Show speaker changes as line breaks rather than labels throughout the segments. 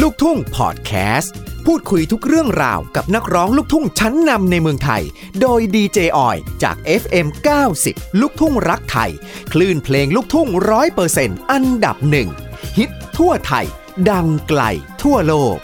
ลูกทุ่งพอดแคสต์ พูดคุยทุกเรื่องราวกับนักร้องลูกทุ่งชั้นนำในเมืองไทย โดยดีเจออยจาก FM 90 ลูกทุ่งรักไทย คลื่นเพลงลูกทุ่งร้อยเปอร์เซนต์อันดับหนึ่งฮิตทั่วไทย ดังไกลทั่วโลก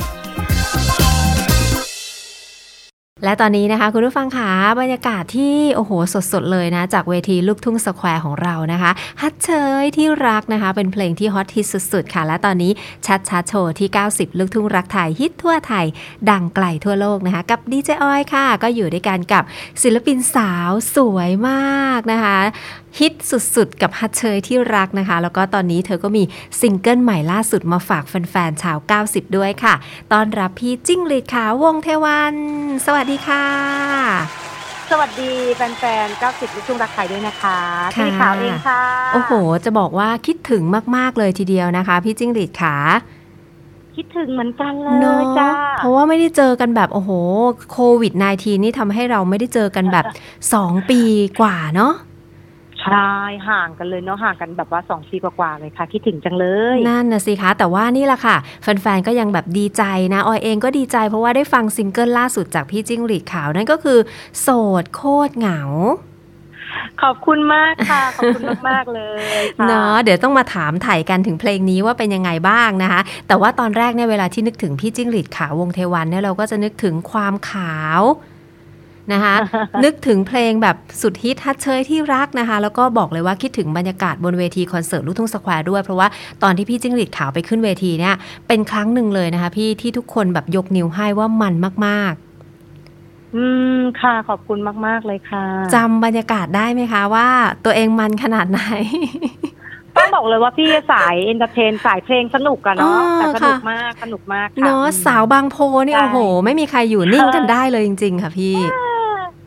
และตอนนี้นะคะ คุณผู้ฟังคะบรรยากาศที่โอ้โหสดๆเลยนะ จากเวทีลูกทุ่งสแควร์ของเรานะคะฮัทเชยที่รักนะคะ เป็นเพลงที่ฮอตฮิตสุดๆ ค่ะ และตอนนี้ชัดชัดๆโชว์ที่ 90 ลูกทุ่งรักไทยฮิตทั่วไทย ดังไกลทั่วโลกนะคะ กับดีเจออยค่ะ ก็อยู่ด้วยกันกับศิลปินสาวสวยมากนะคะ ฮิตสุดๆ กับฮัทเชยที่รักนะคะ แล้วก็ตอนนี้เธอก็มีซิงเกิลใหม่ล่าสุดมาฝากแฟนๆชาว 90 ด้วยค่ะ ต้อนรับพี่จิ้งหรีดขาววงเทวัน สวัสดีค่ะ
สวัสดีแฟนๆ 90 ลูกทุ่งรักไทยด้วยนะคะ
ค่ะ
พี่ขาวเองค่ะ
โอ้โห จะบอกว่าคิดถึงมากๆเลยทีเดียวนะคะ พี่จิ้งหรีดขา
คิดถึงเหมือนกันเล
เนาะ
ยจ้า
เพราะว่าไม่ได้เจอกันแบบโอ้โหโควิด -19 นี่ทำให้เราไม่ได้เจอกันแบบ 2 ปีกว่าเนาะ
ใช่ห่างกันเลยเนาะห่างกันแบบว่าสองปีกว่าๆเลยค่ะ คิดถึงจังเลย
นั่นนะสิคะ แต่ว่านี่แหละค่ะ แฟนๆ ก็ยังแบบดีใจนะ ออยเองก็ดีใจเพราะว่าได้ฟังซิงเกิลล่าสุดจากพี่จิ้งหรีดขาว นั่นก็คือ โสดโคตรเหงา
ขอบคุณมากค่ะ ขอบคุณมากๆเลยค่
เนาะเดี๋ยวต้องมาถามถ่ายกันถึงเพลงนี้ว่าเป็นยังไงบ้างนะคะ แต่ว่าตอนแรกเนี่ยเวลาที่นึกถึงพี่จิ้งหรีดขาววงเทวันเนี่ยเราก็จะนึกถึงความขาวนะคะ นึกถึงเพลงแบบสุดฮิตฮัทเชยที่รักนะคะ แล้วก็บอกเลยว่าคิดถึงบรรยากาศบนเวทีคอนเสิร์ตลูกทุ่งสแควร์ด้วยเพราะว่าตอนที่พี่จิ้งหรีดขาวไปขึ้นเวทีเนี่ยเป็นครั้งหนึ่งเลยนะคะพี่ที่ทุกคนแบบยกนิ้วให้ว่ามันมาก
อืมค่ะ ขอบคุณมากๆเลยค่ะ
ๆจำบรรยากาศได้ไหมคะว่า ตัวเองมันขนาดไหน
ต้องบอกเลยว่าพี่สายเอนเตอร์เทนสายเพลงสนุกกันเนาะ
อ่า
แต่สนุก
ค่ะ
มากสนุกมากค่ะ
เนาะ
อืม
สาวบางโพนี่
ใช่
โอ้โห ไม่มีใครอยู่นิ่งกันได้เลยจริง ๆ ค่ะพี่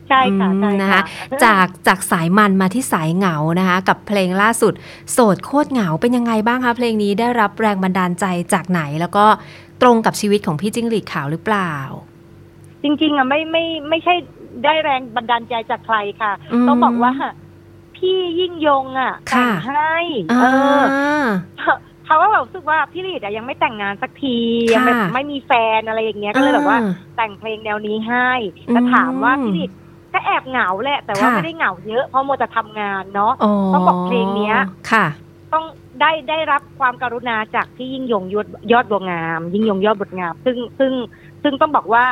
ใช่ค่ะใช่
อืมนะ
ค่ะ
คะ จากจากสายมันมาที่สายเหงานะคะ กับเพลงล่าสุด โสดโคตรเหงาเป็นยังไงบ้างคะเพลงนี้ได้รับแรงบันดาลใจจากไหน แล้วก็ตรงกับชีวิตของพี่จิ้งหรีดขาวหรือเปล่า
จริงๆอ่ะไม่ไม่ไม่ใช่ได้แรงบันดาลใจจากใครค่ะ
ม
ต้องบอกว่า พี่ยิ่งยงอ่ะ
ค่ะ
แต่งให้
อ่า
เออ เขาก็แบบรู้สึกว่าพี่ลีดอะยังไม่แต่งงานสักที
ค่ะ
ยังแบบไม่มีแฟนอะไรอย่างเงี้ยก็เลยแบบว่า
อ่
แต่งเพลงแนวนี้ให้
อืม
แต่ถามว่าพี่ลีดก็แอบเหงาแหละ แต่ว่า
ค่ะ
ไม่ได้เหงาเยอะเพราะมัวแต่ทำงานเนาะ
อ๋อ
ต้องบอกเพลงเนี้ย
ค่ะ
ต้องได้ได้รับความการุณาจากพี่ยิ่งยงยอดยอดบัวงาม ยิ่งยงยอดบัวงาม ซึ่งซึ่งซึ่งต้องบอกว่า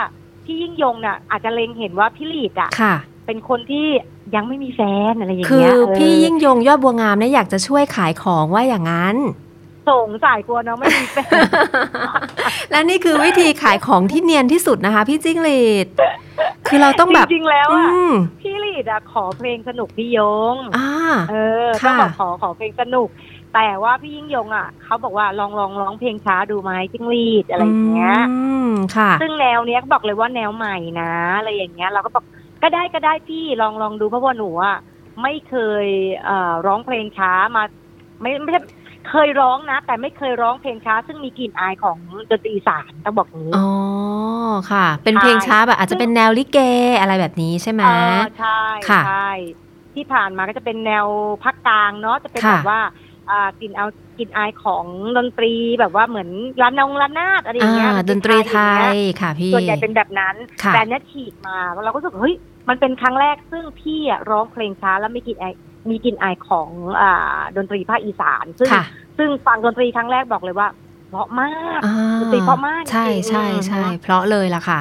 พี่ยิ่งยงน่ะ อาจจะเล็งเห็นว่าพี่ลีดอะ
ค่ะ
เป็นคนที่ยังไม่มีแฟนอะไรอย่าง
คือ
เงี้
ย พี่
เออ
ยิ่งยงยอดบัวงามเนี่ยอยากจะช่วยขายของว่าอย่างนั้น
สงสายกลัวน้องไม่มีแฟน
และนี่คือวิธีขายของที่เนียนที่สุดนะคะ พี่จิ้งหรีด คือเราต้องแบบ
จริงๆแล้วอ่ะ
อืม
พี่ลีดอะขอเพลงสนุกพี่ยง
อ่า
เออต้อง
ค่ะ
บอกขอขอเพลงสนุก แต่ว่าพี่ยิ่งยงอ่ะเขาบอกว่าลองลองร้องเพลงช้าดูไหมจิ้งลีดอะไรอย่างเงี้ย
อืมค่ะ
ซึ่งแนวเนี้ยก็บอกเลยว่าแนวใหม่นะอะไรอย่างเงี้ย เราก็บอกก็ได้ก็ได้พี่ลองลองดูเพราะว่าหนูอ่ะไม่เคยเอ่อร้องเพลงช้ามา ไม่ไม่ใช่เคยร้องนะ แต่ไม่เคยร้องเพลงช้า ซึ่งมีกลิ่นอายของดนตรีอีสานต้องบอกอย่างนี้
อ๋อ ค่ะ เป็นเพลงช้าแบบอาจจะเป็นแนวลิเกอะไรแบบนี้ใช่ไหม
เออใช่
ค่ะ
ใช่ที่ผ่านมาก็จะเป็นแนวภาคกลางเนาะจะเป็น
ค่ะ
แบบว่าอ่ากลิ่นเอากลิ่นอายของดนตรีแบบว่าเหมือนร้านนองร้านนาดอะไรอย่างเงี้ย
ดนตรีไท
อะไรอาง
ย
เงี้
ค่ะพี่
ส่วนใหญ่เป็นแบบนั้น
ค่ะ
แต่อันเนี้ยฉีกมาเราก็รู้สึกเฮ้ยมันเป็นครั้งแรกซึ่งพี่อะร้องเพลงช้าแล้วมีกลิ่นอายมีกลิ่นอายของอ่าดนตรีภาคอีสานซึ่ง
ค่ะ
ซึ่งฟังดนตรีครั้งแรกบอกเลยว่าเพราะมาก
อ่า
ดนตรีเพราะมากจริงๆ
ใช่ใช่
อืม
ใช่เพราะเลยล่ะค่ะ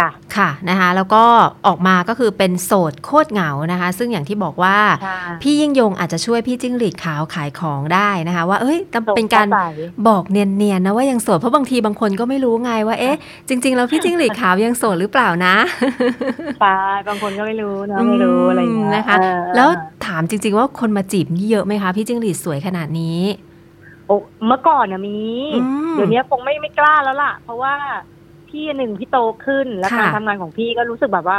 จ้ะ
ค่ะนะคะ แล้วก็ออกมาก็คือเป็นโสดโคตรเหงานะคะ ซึ่งอย่างที่บอกว่า
ใช่
พี่ยิ่งยงอาจจะช่วยพี่จิ้งหรีดขาวขายของได้นะคะ ว่าเอ้ยแต่เป็นการ
ใส่
บอกเนียนๆนะว่ายังโสดเพราะบางทีบางคนก็ไม่รู้ไงว่าเอ๊ะจริงๆแล้วพี่จิ้งหรีดขาวยังโสดหรือเปล่านะ
ปลาบางคนก็ไม่รู้เนอะไม่รู้อะไรอย่างเงี้ย
นะคะ
เออ
แล้วถามจริงๆว่าคนมาจีบนี่เยอะไหมคะ พี่จิ้งหรีดสวยขนาดนี้
โอ้เมื่อก่อนนะมี
อืม
เดี๋ยวนี้คงไม่ไม่กล้าแล้วล่ะ เพราะว่าพี่หนึ่งพี่โตขึ้นแล้ว
ค่ะ
การทำงานของพี่ก็รู้สึกแบบว่า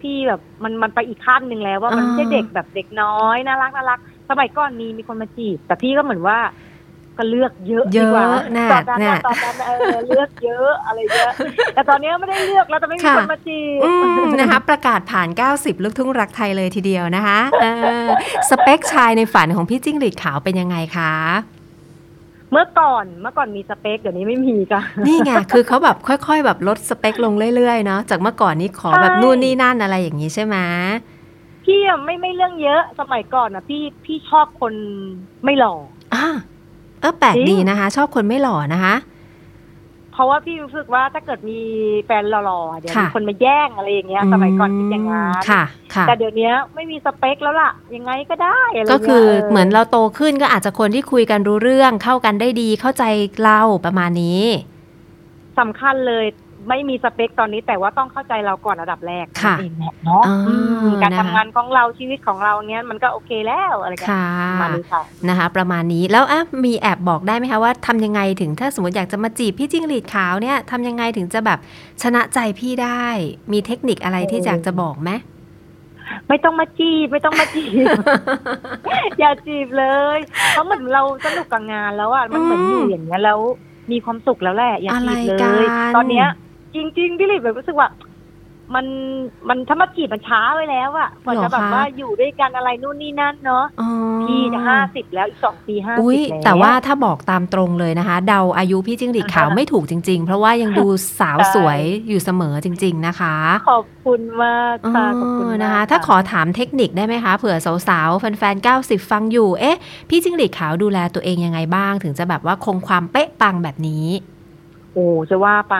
พี่แบบมันมันไปอีกขั้นหนึ่งแล้วว่ามัน
อ่า
ไม่ใช่เด็กแบบเด็กน้อยน่ารักน่ารักสมัยก่อนมีมีคนมาจีบ แต่พี่ก็เหมือนว่า ก็เลือกเยอะ
เย
ดีกว่า
อะน่ะ
ตอนนั้น
น่ะ
น่ะตอนนั้นเออเลือกเยอะอะไรเยอะแต่ตอนนี้ไม่ได้เลือกแล้วแต่ไม่มี
ค่ะ
คนมาจีบ
อืมนะคะ ประกาศผ่าน 90 ลูกทุ่งรักไทยเลยทีเดียวนะคะเออสเปคชายในฝันของพี่จิ้งหรีดขาวเป็นยังไงคะ
เมื่อก่อนเมื่อก่อนมีสเปคเดี๋ยวนี้ไม่มีจ้ะ
นี่ไงคือเขาแบบค่อย ๆ แบบลดสเปคลงเรื่อยๆเนาะจากเมื่อก่อนนี้ขอแบบ
ใช่
นู่นนี่นั่นอะไรอย่างนี้ใช่ไหม
พี่อะไม่ไม่เรื่องเยอะสมัยก่อนนะพี่พี่ชอบคนไม่หล่อ
อ่ะเออแปลก
จริง
ดีนะคะ ชอบคนไม่หล่อนะคะ
เพราะว่าพี่รู้สึกว่าถ้าเกิดมีแฟนหล่อๆเดี๋ยวมี
ค่ะ
คนมาแย่งอะไรอย่างเงี้ย สมัยก่อนคิดอย่างนั้น
ค่ะค่ะ
แต่เดี๋ยวเนี้ยไม่มีสเปคแล้วล่ะ ยังไงก็ได้อะไรเงี้ย
ก็คือเหมือนเราโตขึ้นก็อาจจะคนที่คุยกันรู้เรื่องเข้ากันได้ดีเข้าใจเราประมาณนี้
สำคัญเลยไม่มีสเปคตอนนี้แต่ว่าต้องเข้าใจเราก่อนระดับแรก
ค่ะ
นั่นเองแหละเนาะ
อ่า
อืมการ
นะคะ
ทำงานของเราชีวิตของเราเนี้ยมันก็โอเคแล้วอะไรกัน
ค่ะ
ประมาณนี้ค่ะ
นะคะ ประมาณนี้แล้วอ่ะมีแอบบอกได้ไหมคะว่าทำยังไงถึงถ้าสมมติอยากจะมาจีบพี่จิ้งหรีดขาวเนี่ยทำยังไงถึงจะแบบชนะใจพี่ได้ มีเทคนิคอะไรที่อยากจะบอกไหม
ไม่ต้องมาจีบไม่ต้องมาจีบ อย่าจีบเลยเพราะเหมือนเราสนุกกับงานแล้วอ่ะมันเหมือน
อืม
อยู่อย่างเงี้ยแล้วมีความสุขแล้วแหละอย่าจีบ
อะ
เล
ไรกั
ย
น
ตอนเนี้ย จริงๆพี่หลิบแบบรู้สึกว่า มันมันถ้ามาจีบมันช้าไว้แล้วอ่ะกว่าจะแบบว่าอยู่ด้วยกันอะไรนู่นนี่นั่นเนาะ
อ๋อ
พี่จะห้าสิบแล้วอีกสองปีห้า
อุ้
สิ
ย
บแล้ว
แต่ว่าถ้าบอกตามตรงเลยนะคะ เดาอายุพี่จิ้งหรีดขาว
อ่าฮะ
ไม่ถูกจริง ๆ เพราะว่ายังดูสาว
ใช่
สวยอยู่เสมอจริง ๆ นะคะ
ขอบคุณมากค่ะขอบคุณ
เออ
มาก
นะคะ ถ้าขอถามเทคนิคได้ไหมคะเผื่อสาวๆแฟนๆ90 ฟังอยู่ เอ๊ะ พี่จิ้งหรีดขาวดูแลตัวเองยังไงบ้าง ถึงจะแบบว่าคงความเป๊ะปังแบบนี้
โอ้จะว่าไป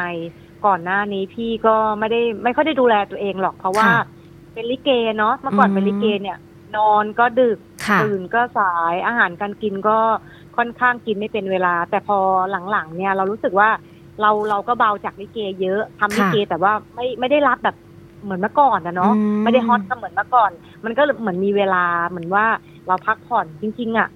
ก่อนหน้านี้พี่ก็ไม่ได้ไม่ค่อยได้ดูแลตัวเองหรอกเพราะว่า
ค่ะ
เป็นลิเกเนาะเมื่อก่อน
อืม
เป็นลิเกเนี่ย นอนก็ดึก
ค่ะ
ตื่นก็สายอาหารการกินก็ค่อนข้างกินไม่เป็นเวลา แต่พอหลังๆ เนี่ยเรารู้สึกว่าเราเราก็เบาจากลิเกเยอะทำลิเกแต่ว่าไม่ไม่ได้รับแบบเหมือนเมื่อก่อนนะเนาะ
อืม
ไม่ได้ฮอตก็เหมือนเมื่อก่อน มันก็เหมือนมีเวลาเหมือนว่าเราพักผ่อนจริง ๆอะ่ะ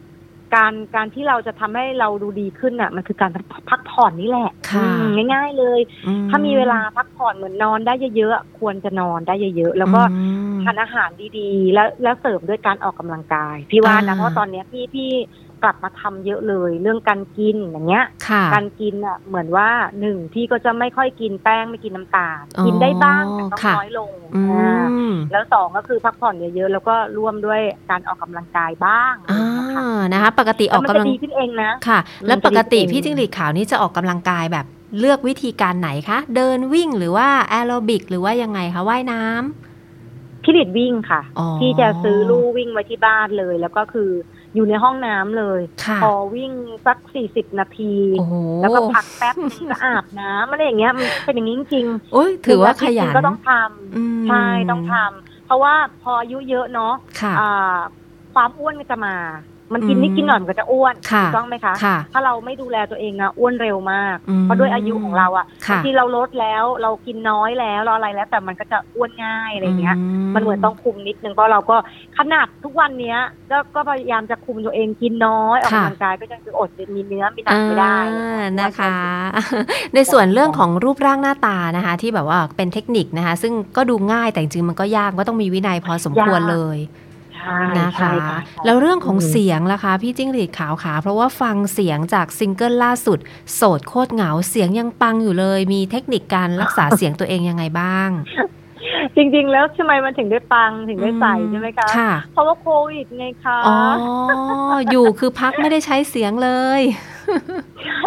การการที่เราจะทำให้เราดูดีขึ้นอ่ะ มันคือการพักผ่อนนี่แหละ
ค่ะ
อืมง่าย ๆ เลย
อื
ถ้ามีเวลาพักผ่อนเหมือนนอนได้เยอะๆควรจะนอนได้เยอะๆแล้วก็
อืม
ทานอาหารดีๆ แล้วแล้วเสริมด้วยการออกกำลังกาย พี่ว่า
อ่า
นะเพราะว่าตอนเนี้ยพี่พี่กลับมาทำเยอะเลย เรื่องการกินอย่างเงี้ย
ค่ะ
การกินอ่ะเหมือนว่าหนึ่งพี่ก็จะไม่ค่อยกินแป้งไม่กินน้ำตาลกินได้บ้างแต่ต้องน้อยลง
อื
อ่าม แล้วสองก็คือพักผ่อนเยอะๆแล้วก็ร่วมด้วยการออกกำลังกายบ้าง
อ่า
นะคะ
นะคะ ปกติออก
แล้วมั
กำ
นจะ
ลัง
ดีขึ้นเองนะ
ค่ะ
อืม
แล้วปกติ
จะได้ผล
พี่จิ้งหรีดขาวนี่จะออกกำลังกายแบบเลือกวิธีการไหนคะ เดินวิ่งหรือว่าแอโรบิกหรือว่ายังไงคะว่ายน้ำ
พี่ดิดวิ่งค่ะ
อ๋อ
พี่จะซื้อลู่วิ่งไว้ที่บ้านเลย แล้วก็คืออยู่ในห้องน้ำเลย
ค่ะ
พอวิ่งสักสี่สิบนาที
โอ้โห
แล้วก็พักแป๊บนึงก็อาบน้ำอะไรอย่างเงี้ยมันเป็นอย่างนี้จริง
โอ้ย
ๆ
ถือว่าขยัน
ก็ต้องท
อืม
ำใช่ต้องทำเพราะว่าพออายุเยอะเนาะ
ค่ะ
อ่าความอ้วนก็จะมา มันกิน
อืม
นิดกินหน่อยมันก็จะอ้วน
ค่ะ
ถูกต้องไหมคะ
ค่ะ
ถ้าเราไม่ดูแลตัวเองนะอ้วนเร็วมาก
อืม
เพราะด้วยอายุของเราอะ
ค่ะ
บางทีเราลดแล้วเรากินน้อยแล้วเราอะไรแล้ว แต่มันก็จะอ้วนง่ายอะไรเงี้ย มันเหมือนต้องคุมนิดนึงเพราะเราก็ขนาดทุกวันเนี้ยก็ก็พยายามจะคุมตัวเองกินน้อยออกกำลังกายก็ยังคืออดมีเนื้อมีหนักไม่ได้อะไร
อ่า
เงี้ย
นะคะ ในส่วนเรื่องของรูปร่างหน้าตานะคะ ที่แบบว่าเป็นเทคนิคนะคะ ซึ่งก็ดูง่ายแต่จริงๆมันก็ยากก็ต้องมีวินัยพอสมควร
ยาก
เลย
ใช่
นะคะ
ใช่ค่ะใช่
แล้วเรื่องของ
อืม
เสียงล่ะคะ พี่จิ้งหรีดขาวขา เพราะว่าฟังเสียงจากซิงเกิลล่าสุด โสดโคตรเหงาเสียงยังปังอยู่เลย มีเทคนิคการรักษา เสียงตัวเองยังไงบ้าง
จริง ๆ แล้วทำไมมันถึงได้ปังถึงได้ใส่ใช่ไหมคะ
ค่ะ
เพราะว่าโควิดไงคะ
อ๋อ อยู่คือพักไม่ได้ใช้เสียงเลย
ใช่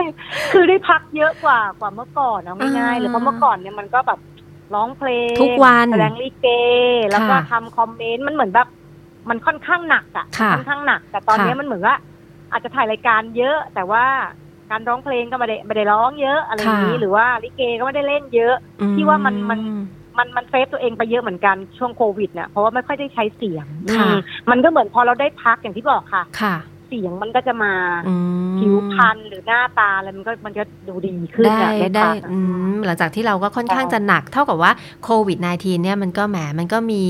คือได้พักเยอะกว่ากว่าเมื่อก่อนเอาง่ายๆ
อ่า
เลยเพราะเมื่อก่อนเนี่ยมันก็แบบร้องเพลง
ทุกวัน
แสดงลิเก แล้วก็
ค่ะ
ทำคอมเมนต์มันเหมือนแบบมันค่อนข้างหนักอะ
ค่ะ
ค่อนข้างหนัก แต่ตอน
ค่ะ
เนี้ยมันเหมือนว่า อาจจะถ่ายรายการเยอะ แต่ว่าการร้องเพลงก็ไม่ได้ไม่ได้ร้องเยอะอะไรอย่างนี้หรือว่าลิเกก็ไม่ได้เล่นเยอะ
อื
พี่ว่ามันมัน มันมันเซฟตัวเองไปเยอะเหมือนกันช่วงโควิดเนี่ยเพราะว่าไม่ค่อยได้ใช้เสียง
ค่ะ
อืมมันก็เหมือนพอเราได้พักอย่างที่บอกค่ะ
ค่ะ
เสียงมันก็จะมา
อืม
ผิวพรรณหรือหน้าตาอะไรมันก็มันก็ดูดีขึ้น
ได้
อะ
ได้
พัก
อืมหลังจากที่เราก็ค่อนข้าง
ใช่
จะหนัก เท่ากับว่าโควิด -19 เนี่ยมันก็แหมมันก็มี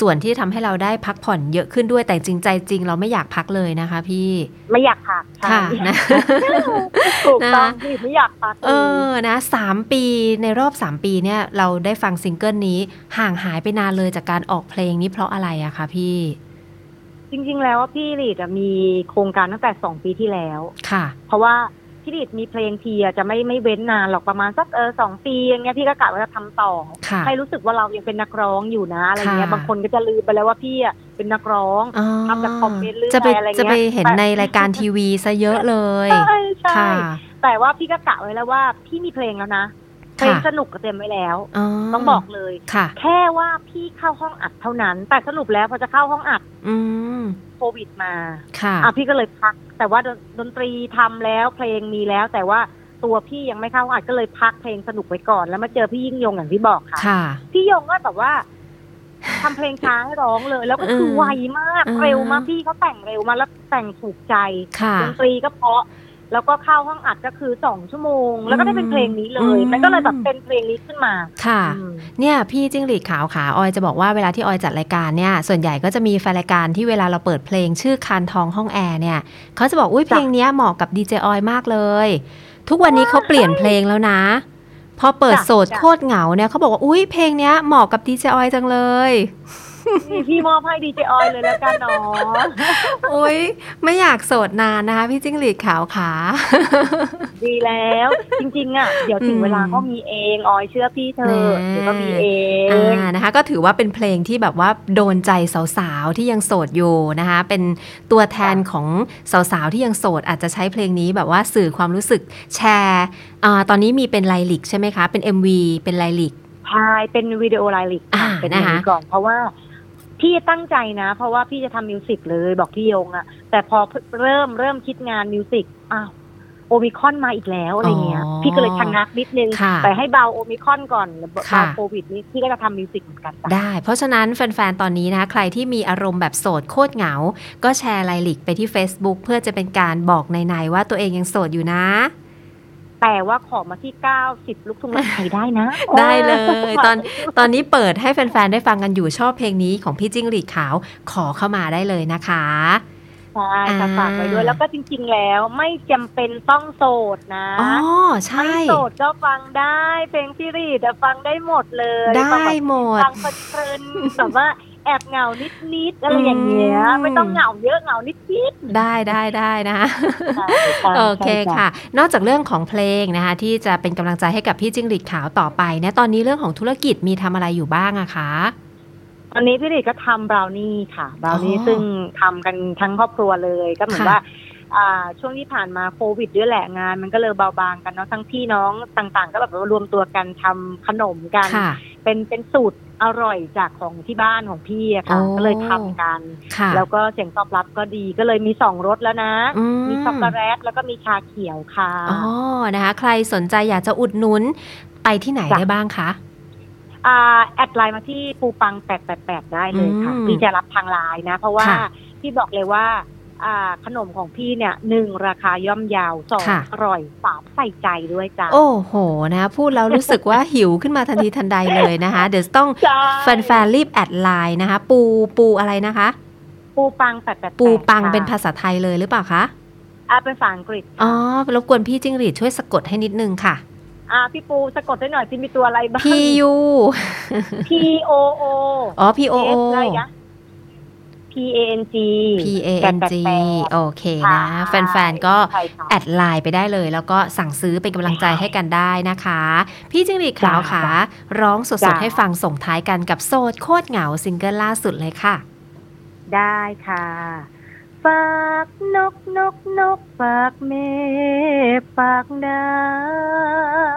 ส่วนที่ทำให้เราได้พักผ่อนเยอะขึ้นด้วยแต่จริงใจจริง เราไม่อยากพักเลยนะคะพี่
ไม่อยากพักใช่
ค่ะนะ
ถูกต้อง
นะ
พี่ไม่อยากพัก
เออ นะสามปีในรอบ 3 ปีเนี่ย เราได้ฟังซิงเกิลนี้ห่างหายไปนานเลยจากการออกเพลงนี้เพราะอะไรอะคะพี่
จริง ๆ แล้วว่าพี่หลีดอะมีโครงการตั้งแต่สองปีที่แล้ว
ค่ะ
เพราะว่า คิดดิดมีเพลงทีอะจะไม่ไม่เว้นนานหรอกประมาณสักเออสองปีอย่างเงี้ยพี่ก็กะว่าจะทำต่อ
ค่ะ
ให้รู้สึกว่าเรายังเป็นนักร้องอยู่นะอะไรเงี้ย
ค่ะ
บางคนก็จะลืมไปแล้วว่าพี่อะเป็นนักร้อง
อ๋อ
ทำจากคอมเมนต์หรือ
จะไป
อะไรเงี้ย
จะไปเห็น
แต่
ในรายการทีวีซะเยอะเลย
ใช่ใช่
ค่ะ
แต่ว่าพี่ก็กะไว้แล้วว่าพี่มีเพลงแล้วนะเพลง
ค่ะ
สนุกก็เต็มไว้แล้ว ต้องบอกเลย
ค่ะ
แค่ว่าพี่เข้าห้องอัดเท่านั้น แต่สรุปแล้วพอจะเข้าห้องอัด
อืม
โควิดมา
ค่ะ
อ่ะพี่ก็เลยพัก แต่ว่าดนดนตรีทำแล้วเพลงมีแล้ว แต่ว่าตัวพี่ยังไม่เข้าห้องอัดก็เลยพักเพลงสนุกไว้ก่อน แล้วมาเจอพี่ยิ่งยงอย่างที่บอกค่ะ
ค่ะ
พี่ยงก็แบบว่าทำเพลงช้าให้ร้องเลย แล้วก็คือ
เออ
ไวมาก
เออ
เร็วมากพี่เขาแต่งเร็วมากแล้วแต่งถูกใจ
ค่ะ
ดนตรีก็เพราะ แล้วก็เข้าห้องอัดก็คือสองชั่วโมง แล้วก็ได้เป็นเพลงนี้เล
อื
ย
ม
มันก็เลยแบบเป็นเพลงนี้ขึ้นมา
ค่ะ
อืม
เนี่ยพี่จิ้งหรีดขาวขาออยจะบอกว่าเวลาที่ออยจัดรายการเนี่ย ส่วนใหญ่ก็จะมีแฟนรายการที่เวลาเราเปิดเพลงชื่อคานทองห้องแอร์เนี่ยเขาจะบอกอุ้ยเพลงเนี้ยเหมาะกับดีเจออยมากเลย ทุกวันนี้เขาเปลี่ยนเพลงแล้วนะ พอเปิด
จ้ะ
โสด
จ้ะ
โคตรเหงาเนี่ยเขาบอกว่าอุ้ยเพลงเนี้ยเหมาะกับดีเจออยจังเลย
นี่พี่มอบให้ดีเจออยเลยแล้วกันเนาะ
อุ้ยไม่อยากโสดนานนะคะพี่จิ้งหรีดขาวขา
ดีแล้ว จริง ๆ อ่ะ เดี๋ยวถึง
อืม
เวลาก็มีเองออยเชื่อพี่เธ
แน่
อเดี๋ยวก็มีเอง
อ่านะคะก็ถือว่าเป็นเพลงที่แบบว่าโดนใจสาวๆที่ยังโสดอยู่นะคะเป็นตัวแทนของสาวๆที่ยังโสดอาจจะใช้เพลงนี้แบบว่าสื่อความรู้สึกแชร์อ่าตอนนี้มีเป็นไลลิกใช่ไหมคะ เป็น MV เป็นไลลิก
พายเป็นวิดีโอไลายลิกค่ะ
อ่า
เป็นอย่าง
นะ
นี้
คะ
ก่อนเพราะว่าพี่ตั้งใจนะ เพราะว่าพี่จะทำมิวสิกเลยบอกพี่ยงอะแต่พอเริ่มเริ่มคิดงานมิวสิกอ้าวโอมิคอนมาอีกแล้วอะไรเงี้ย
อ๋อ
พี่ก็เลยชะงักนิดนึง
ค่ะ
แต่ให้เบาโอมิคอนก่อนแล้ว
ค่ะ
เบาโควิดนี้พี่ก็จะทำมิวสิกเหมือนกันจ้ะ
ได้ เพราะฉะนั้นแฟนๆ ตอนนี้นะ ใครที่มีอารมณ์แบบโสดโคตรเหงา ก็แชร์ไลลิกไปที่ Facebook เพื่อจะเป็นการบอกในๆว่าตัวเองยังโสดอยู่นะ
แต่ว่าขอมาที่ 90 ลูกทุ่งรักไทยได้นะ
ได้เลยตอน ตอนนี้เปิดให้แฟนๆ ได้ฟังกันอยู่ชอบเพลงนี้ของพี่จิ้งหรีดขาวขอเข้ามาได้เลยนะคะ
ใช่ค่ะ
อ่า
ฝากไว้ด้วยแล้วก็จริง ๆ แล้วไม่จำเป็นต้องโสดนะ
อ๋อ ใช่
ไม่โสดก็ฟังได้เพลงซีรีส์อะฟังได้หมดเลย
ได้
ฟังแบบ
หมด
ฟังเพลินๆแบบว่าแอบเหงานิดๆอะไรอย่างเงี้ย
อืม
ไม่ต้องเหงาเยอะเหงานิดๆ
ได้ได้ได้นะ
ใช่ใช่
โอเค
ใช่
ค่ะ นอกจากเรื่องของเพลงนะคะ ที่จะเป็นกำลังใจให้กับพี่จิ้งหรีดขาวต่อไปเนี่ยตอนนี้เรื่องของธุรกิจมีทำอะไรอยู่บ้างอะคะ
ตอนนี้พี่ดิดก็ทำบราวนี่ค่ะบราวนี่
อ๋อ
ซึ่งทำกันทั้งครอบครัวเลยก็เหมือน
ค่ะ
ว่าอ่า ช่วงที่ผ่านมาโควิดด้วยแหละงาน มันก็เลยเบาบางกันเนาะทั้งพี่น้องต่างๆ ก็แบบว่ารวมตัวกันทำขนมกัน
ค่ะ
เป็นเป็นสูตรอร่อยจากของที่บ้านของพี่อะค่ะ
โอ้
ก็เลยทำกัน
ค่ะ
แล้วก็เสียงตอบรับก็ดีก็เลยมีสองรสแล้วนะ
อื
มีช็อกโกแลตแล้วก็มีชาเขียวค่ะ
อ๋อนะคะ ใครสนใจอยากจะอุดหนุนไปที่ไหน
จ้ะ
ได้บ้างคะ
อ่าแอดไลน์มาที่ปูปัง 888 ได้เลยค่ะ
อืม
พี่จะรับทางไลน์นะ เพราะว่า
ค่ะ
พี่บอกเลยว่าอ่าขนมของพี่เนี่ยหนึ่งราคาย่อมยาวสอง
ค่ะ
อร่อยสามใส่ใจด้วยจ้ะ
โอ้โหนะ พูดแล้วรู้สึกว่าหิวขึ้นมาทันทีทันใดเลยนะคะ เดี๋ยวต้อง
ใช่
แฟนๆ รีบแอดไลน์นะคะ ปูปูอะไรนะคะ
ปูปัง888
ปูปัง
ค่ะ
เป็นภาษาไทยเลยหรือเปล่าคะ
อ่าเป็นภาษาอังกฤษค่ะ
อ๋อ รบกวนพี่จิ้งหรีดช่วยสะกดให้นิดนึงค่ะ
่าพี่ปูสะกดได้หน่อยสิมีตัวอะไรบ้าง
P U
P O O
อ๋อ P O O
S ได้ยะ P A N G
P A N G โอเค
ใช่
นะ แฟนๆ ก็
ใช่ค่ะ
แอดไลน์ไปได้เลย แล้วก็สั่งซื้อเป็นกำลังใจให้กันได้นะคะ พี่จิ้งหรีดขาวขาร้องส
จ้ะ
ดๆ ให้ฟังส่งท้ายกันกับโซดโคตรเหงาซิงเกิลล่าสุดเลยค่ะ
ได้ค่ะ ฝากนกนกนกฝากเมฆฝากดา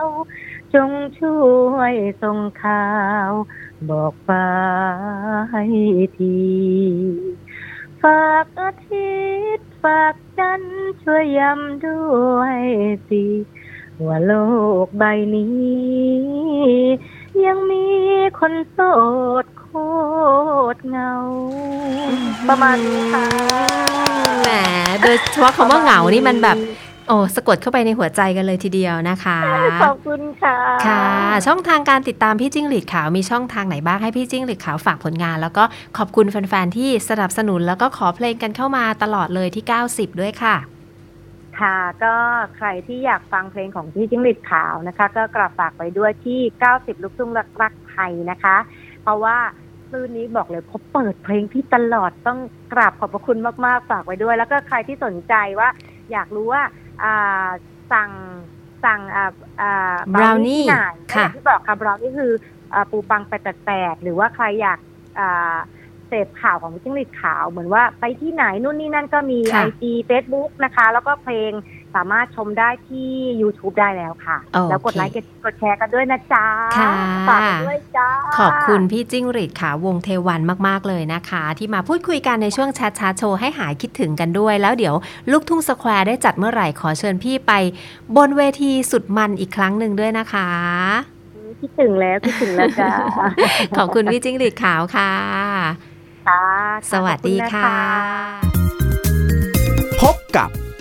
ว จงช่วยส่งข่าว บอกฟ้าให้ที ฝากอาทิตย์ฝากจันทร์ช่วยย้ำด้วยสิว่าโลกใบนี้ ยังมีคนโสดโคตรเหงา ประมาณนี้ค่ะ
แหม โดยเฉพาะคำว่าเหงานี่มันแบบ โอ้สะกดเข้าไปในหัวใจกันเลยทีเดียวนะคะ
ขอบคุณค่ะ
ค่ะ ช่องทางการติดตามพี่จิ้งหรีดขาวมีช่องทางไหนบ้างให้พี่จิ้งหรีดขาวฝากผลงาน แล้วก็ขอบคุณแฟนๆ ที่สนับสนุนแล้วก็ขอเพลงกันเข้ามาตลอดเลยที่ 90 ด้วยค่ะ
ค่ะก็ใครที่อยากฟังเพลงของพี่จิ้งหรีดขาวนะคะ ก็กลับฝากไปด้วยที่ 90 ลูกทุ่งรักรักไทยนะคะ เพราะว่าคลื่นนี้บอกเลยเขาเปิดเพลงพี่ตลอดต้องกราบขอบพระคุณมาก ๆ ฝากไว้ด้วย แล้วก็ใครที่สนใจว่า อยากรู้ว่าอ่า สั่งสั่งอ่าอ่า
Brownie
ที่ไหน
ค่ะ
อย่างที่บอกค่ะบราวนี่คืออ่าปูปังไปแตกๆหรือว่าใครอยากอ่าเสพข่าวของจิ้งหรีดขาว เหมือนว่าไปที่ไหนนู่นนี่นั่นก็มีไอ
ค่ะ
จีเฟซบุ๊กนะคะ แล้วก็เพลงสามารถชมได้ที่ YouTube ได้แล้วค่ะ
โอเค
แล้วกดไลค์กดแชร์กันด้วยนะจ๊ะ
ค่ะ
ฝากกันด้วยจ้า
ขอบคุณพี่จิ้งหรีดขาววงเทวันมาก ๆ เลยนะคะ ที่มาพูดคุยกันในช่วงชาชาโชว์ให้หายคิดถึงกันด้วย แล้วเดี๋ยวลูกทุ่งสแควร์ได้จัดเมื่อไหร่ขอเชิญพี่ไป บนเวทีสุดมันอีกครั้งหนึ่งด้วยนะคะ
คิดถึงแล้วคิดถึงแล้ว จ้า
ขอบคุณพี่จิ้งหรีดขาวค่ะ
ค่ะ
สวัสดีค่ะ
ขอบณนคะ
พบกับ